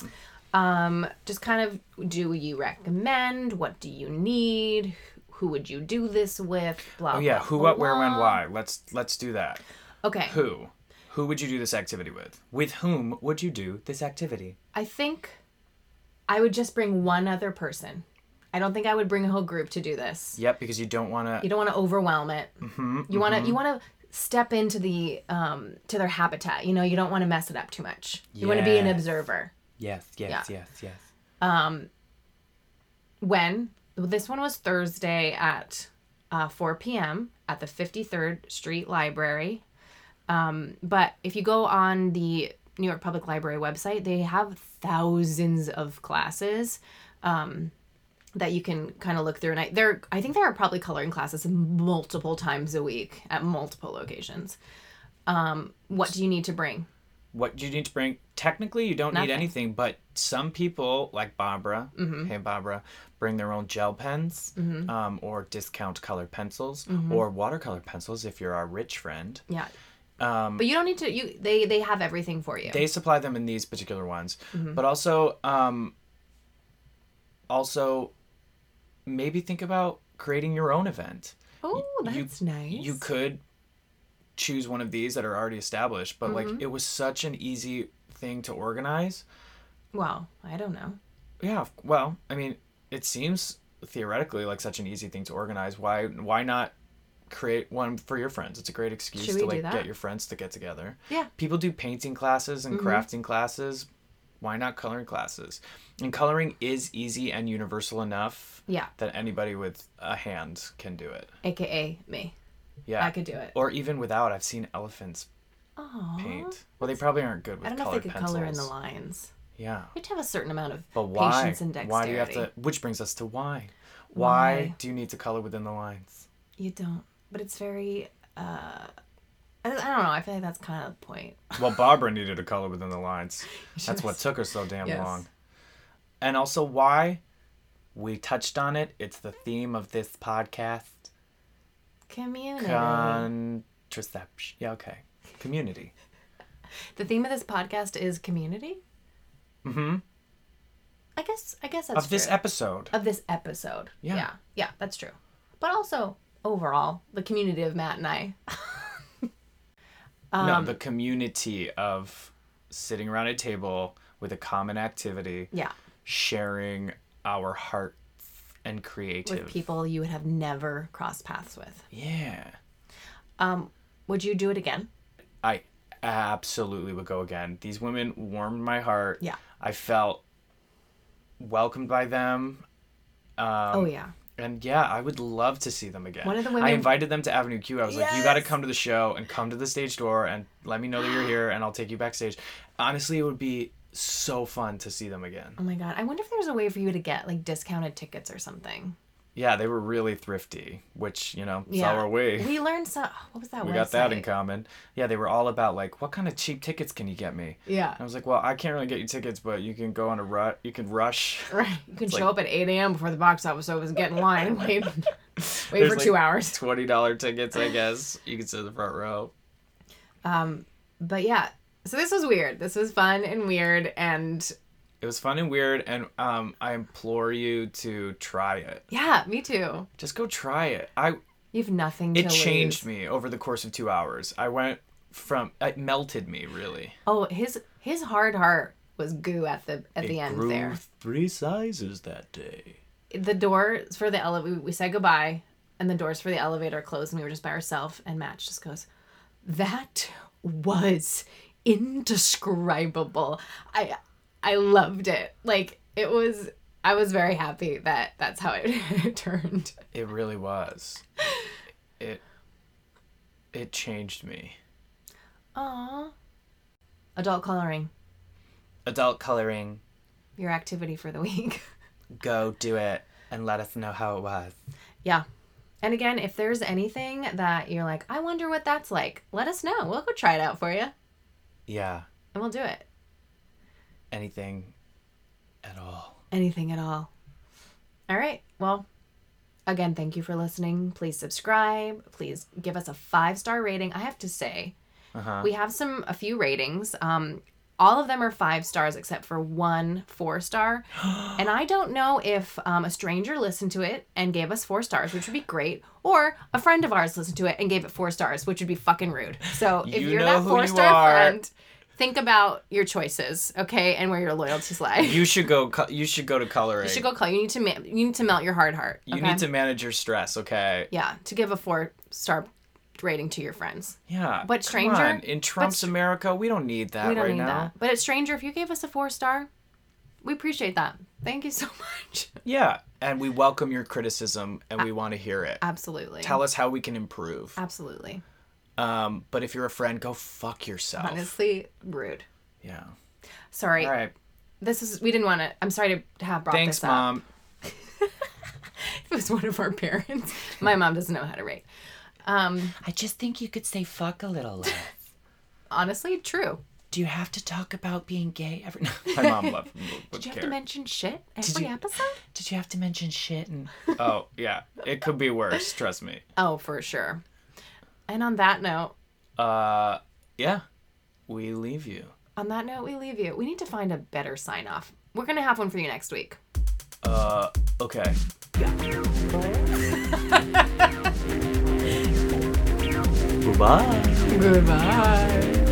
S2: um, just kind of do you recommend? What do you need? Who would you do this with? Blah.
S1: Oh, yeah,
S2: blah,
S1: who,
S2: blah,
S1: what, where, when,
S2: blah.
S1: why. Let's let's do that.
S2: Okay.
S1: Who? Who would you do this activity with? With whom would you do this activity?
S2: I think I would just bring one other person. I don't think I would bring a whole group to do this.
S1: Yep, because you don't want
S2: you
S1: to.
S2: don't want to overwhelm it you want to you want to step into the um to their habitat you know you don't want to mess it up too much you want to be an
S1: Yes.
S2: observer
S1: Yes, yes, yes, yes.
S2: when this one was thursday at uh, 4 p.m at the 53rd street library um, but if you go on the new york public library website they have thousands of classes um, that you can kind of look through and I, there I think there are probably coloring classes multiple times a week at multiple locations um, what do you need to bring
S1: what you need to bring technically you don't
S2: Nothing.
S1: need anything but some people like barbara hey barbara bring their own gel pens um, or discount colored pencils or watercolor pencils if you're our rich friend
S2: yeah um, but you don't need to you they they have everything for you
S1: they supply them in these particular ones but also um, also maybe think about creating your own event
S2: oh
S1: you-
S2: that's nice
S1: you could choose one of these that are already established but like it was such an easy thing to organize
S2: well i don't know
S1: Yeah, of- well, I mean, it seems theoretically like such an easy thing to organize. Why why not create one for your friends? It's a great excuse
S2: Should
S1: to
S2: we do
S1: like
S2: that?
S1: get your friends to get together.
S2: Yeah. Mm-hmm.
S1: People do painting classes and crafting classes. why not coloring classes? And coloring is easy and universal enough
S2: Yeah,
S1: that anybody with a hand can do it.
S2: aka me.
S1: Yeah.
S2: I could do it.
S1: Or even without, I've seen elephants
S2: Aww.
S1: paint. Well, they probably aren't good with
S2: I don't know if
S1: colored
S2: they could
S1: pencils.
S2: color in the lines.
S1: Yeah.
S2: You have to have a certain amount of
S1: But why?
S2: patience and dexterity.
S1: Why do you have to? Which brings us to why. Why,
S2: Why?
S1: do you need to color within the lines?
S2: You don't. But it's very. Uh, I, I don't know. I feel like that's kind of the point.
S1: Well, Barbara needed to color within the lines. That's what
S2: Yes.
S1: took her so damn
S2: Yes.
S1: long. And also, why? We touched on it. It's the theme of this podcast.
S2: Community.
S1: Contraception. Yeah, okay. Community.
S2: The theme of this podcast is community.
S1: Mm-hmm.
S2: I guess. I guess that's
S1: Of this
S2: true.
S1: episode.
S2: of this episode.
S1: Yeah.
S2: yeah. Yeah, that's true. But also overall, the community of Matt and I.
S1: no,
S2: Um,
S1: the community of sitting around a table with a common activity,
S2: Yeah.
S1: sharing our hearts and creative.
S2: With people you would have never crossed paths with.
S1: Yeah.
S2: Um, would you do it again?
S1: I absolutely would go again. These women warmed my heart.
S2: Yeah.
S1: I felt welcomed by them. Um,
S2: oh yeah.
S1: And yeah, I would love to see them again.
S2: One of the
S1: I
S2: women-
S1: invited them to Avenue Q. I was like, you got to
S2: Yes!
S1: come to the show and come to the stage door and let me know that you're here and I'll take you backstage. Honestly, it would be so fun to see them again.
S2: Oh my god. I wonder if there's a way for you to get like discounted tickets or something.
S1: Yeah, they were really thrifty, which, you know,
S2: Yeah.
S1: so are we.
S2: We learned some. What was that?
S1: we got that in
S2: website?
S1: common. Yeah, they were all about like, what kind of cheap tickets can you get me?
S2: Yeah.
S1: I was like, well, I can't really get you tickets, but you can go on a rut. You can rush.
S2: Right. You can
S1: It's
S2: show
S1: like-
S2: up at 8 a.m. before the box office opens, get in line, and wait, wait
S1: There's,
S2: for
S1: like,
S2: two hours.
S1: Twenty dollar tickets, I guess. You can sit in the front row.
S2: But yeah, so this was weird. This was fun and weird, and
S1: It was fun and weird, and um, I implore you to try it.
S2: yeah, me too.
S1: Just go try it. I
S2: You have nothing.
S1: it
S2: to
S1: changed
S2: lose.
S1: me over the course of two hours. I went from it melted me really.
S2: Oh, his his hard heart was goo at the at the
S1: it
S2: end
S1: grew
S2: there.
S1: three sizes that day.
S2: The doors for the elevator. We said goodbye, and the doors for the elevator closed, and we were just by ourselves. And Match just goes, "That was indescribable. I I loved it. Like it was." I was very happy that that's how it turned.
S1: It really was. It it changed me.
S2: Aww. Adult coloring,
S1: Adult coloring.
S2: your activity for the week.
S1: Go do it and let us know how it was.
S2: yeah. And again, if there's anything that you're like, I wonder what that's like, let us know. We'll go try it out for you and
S1: Yeah.
S2: we'll do it.
S1: Anything at all.
S2: Anything at all. All right. Well, again, thank you for listening. Please subscribe. Please give us a five star rating. I have to say,
S1: Uh-huh.
S2: we have some, a few ratings. Um, all of them are five stars except for one four star. and I don't know if um, a stranger listened to it and gave us four stars, which would be great, or a friend of ours listened to it and gave it four stars, which would be fucking rude. So if
S1: You
S2: you are
S1: know
S2: that
S1: who
S2: four
S1: you
S2: star
S1: are.
S2: friend, think about your choices, okay, and where your loyalties lie. You
S1: You should go. Co- you should go to coloring. You,
S2: should go call. You need to ma- you need to melt your hard heart. okay?
S1: need to manage your stress. Okay.
S2: yeah to give a four star rating to your friends.
S1: Yeah.
S2: But
S1: come
S2: stranger-
S1: on, in Trump's America, we don't need that
S2: We don't
S1: right
S2: need
S1: now.
S2: that. But it's stranger if you gave us a four star. We appreciate that. Thank you so much.
S1: Yeah, and we welcome your criticism, and we want to hear it.
S2: Absolutely.
S1: Tell us how we can improve.
S2: Absolutely.
S1: Um, but if you're a friend, go fuck yourself.
S2: Honestly, rude.
S1: Yeah.
S2: Sorry.
S1: All right.
S2: This is we didn't want to. I'm sorry to have brought
S1: Thanks,
S2: this up.
S1: mom.
S2: If it was one of our parents, my mom doesn't know how to rate.
S3: I just think you could say fuck a little less.
S2: Honestly, true.
S3: Do you have to talk about being gay every
S1: My mom loved.
S2: Did you have to mention shit every
S3: you-
S2: episode?
S3: Did you have to mention shit and
S1: oh yeah, it could be worse. Trust me.
S2: Oh, for sure. And on that note,
S1: Uh, yeah, we leave you.
S2: on that note, we leave you. We need to find a better sign off. We're gonna have one for you next week.
S1: Uh, okay. Goodbye.
S2: Goodbye.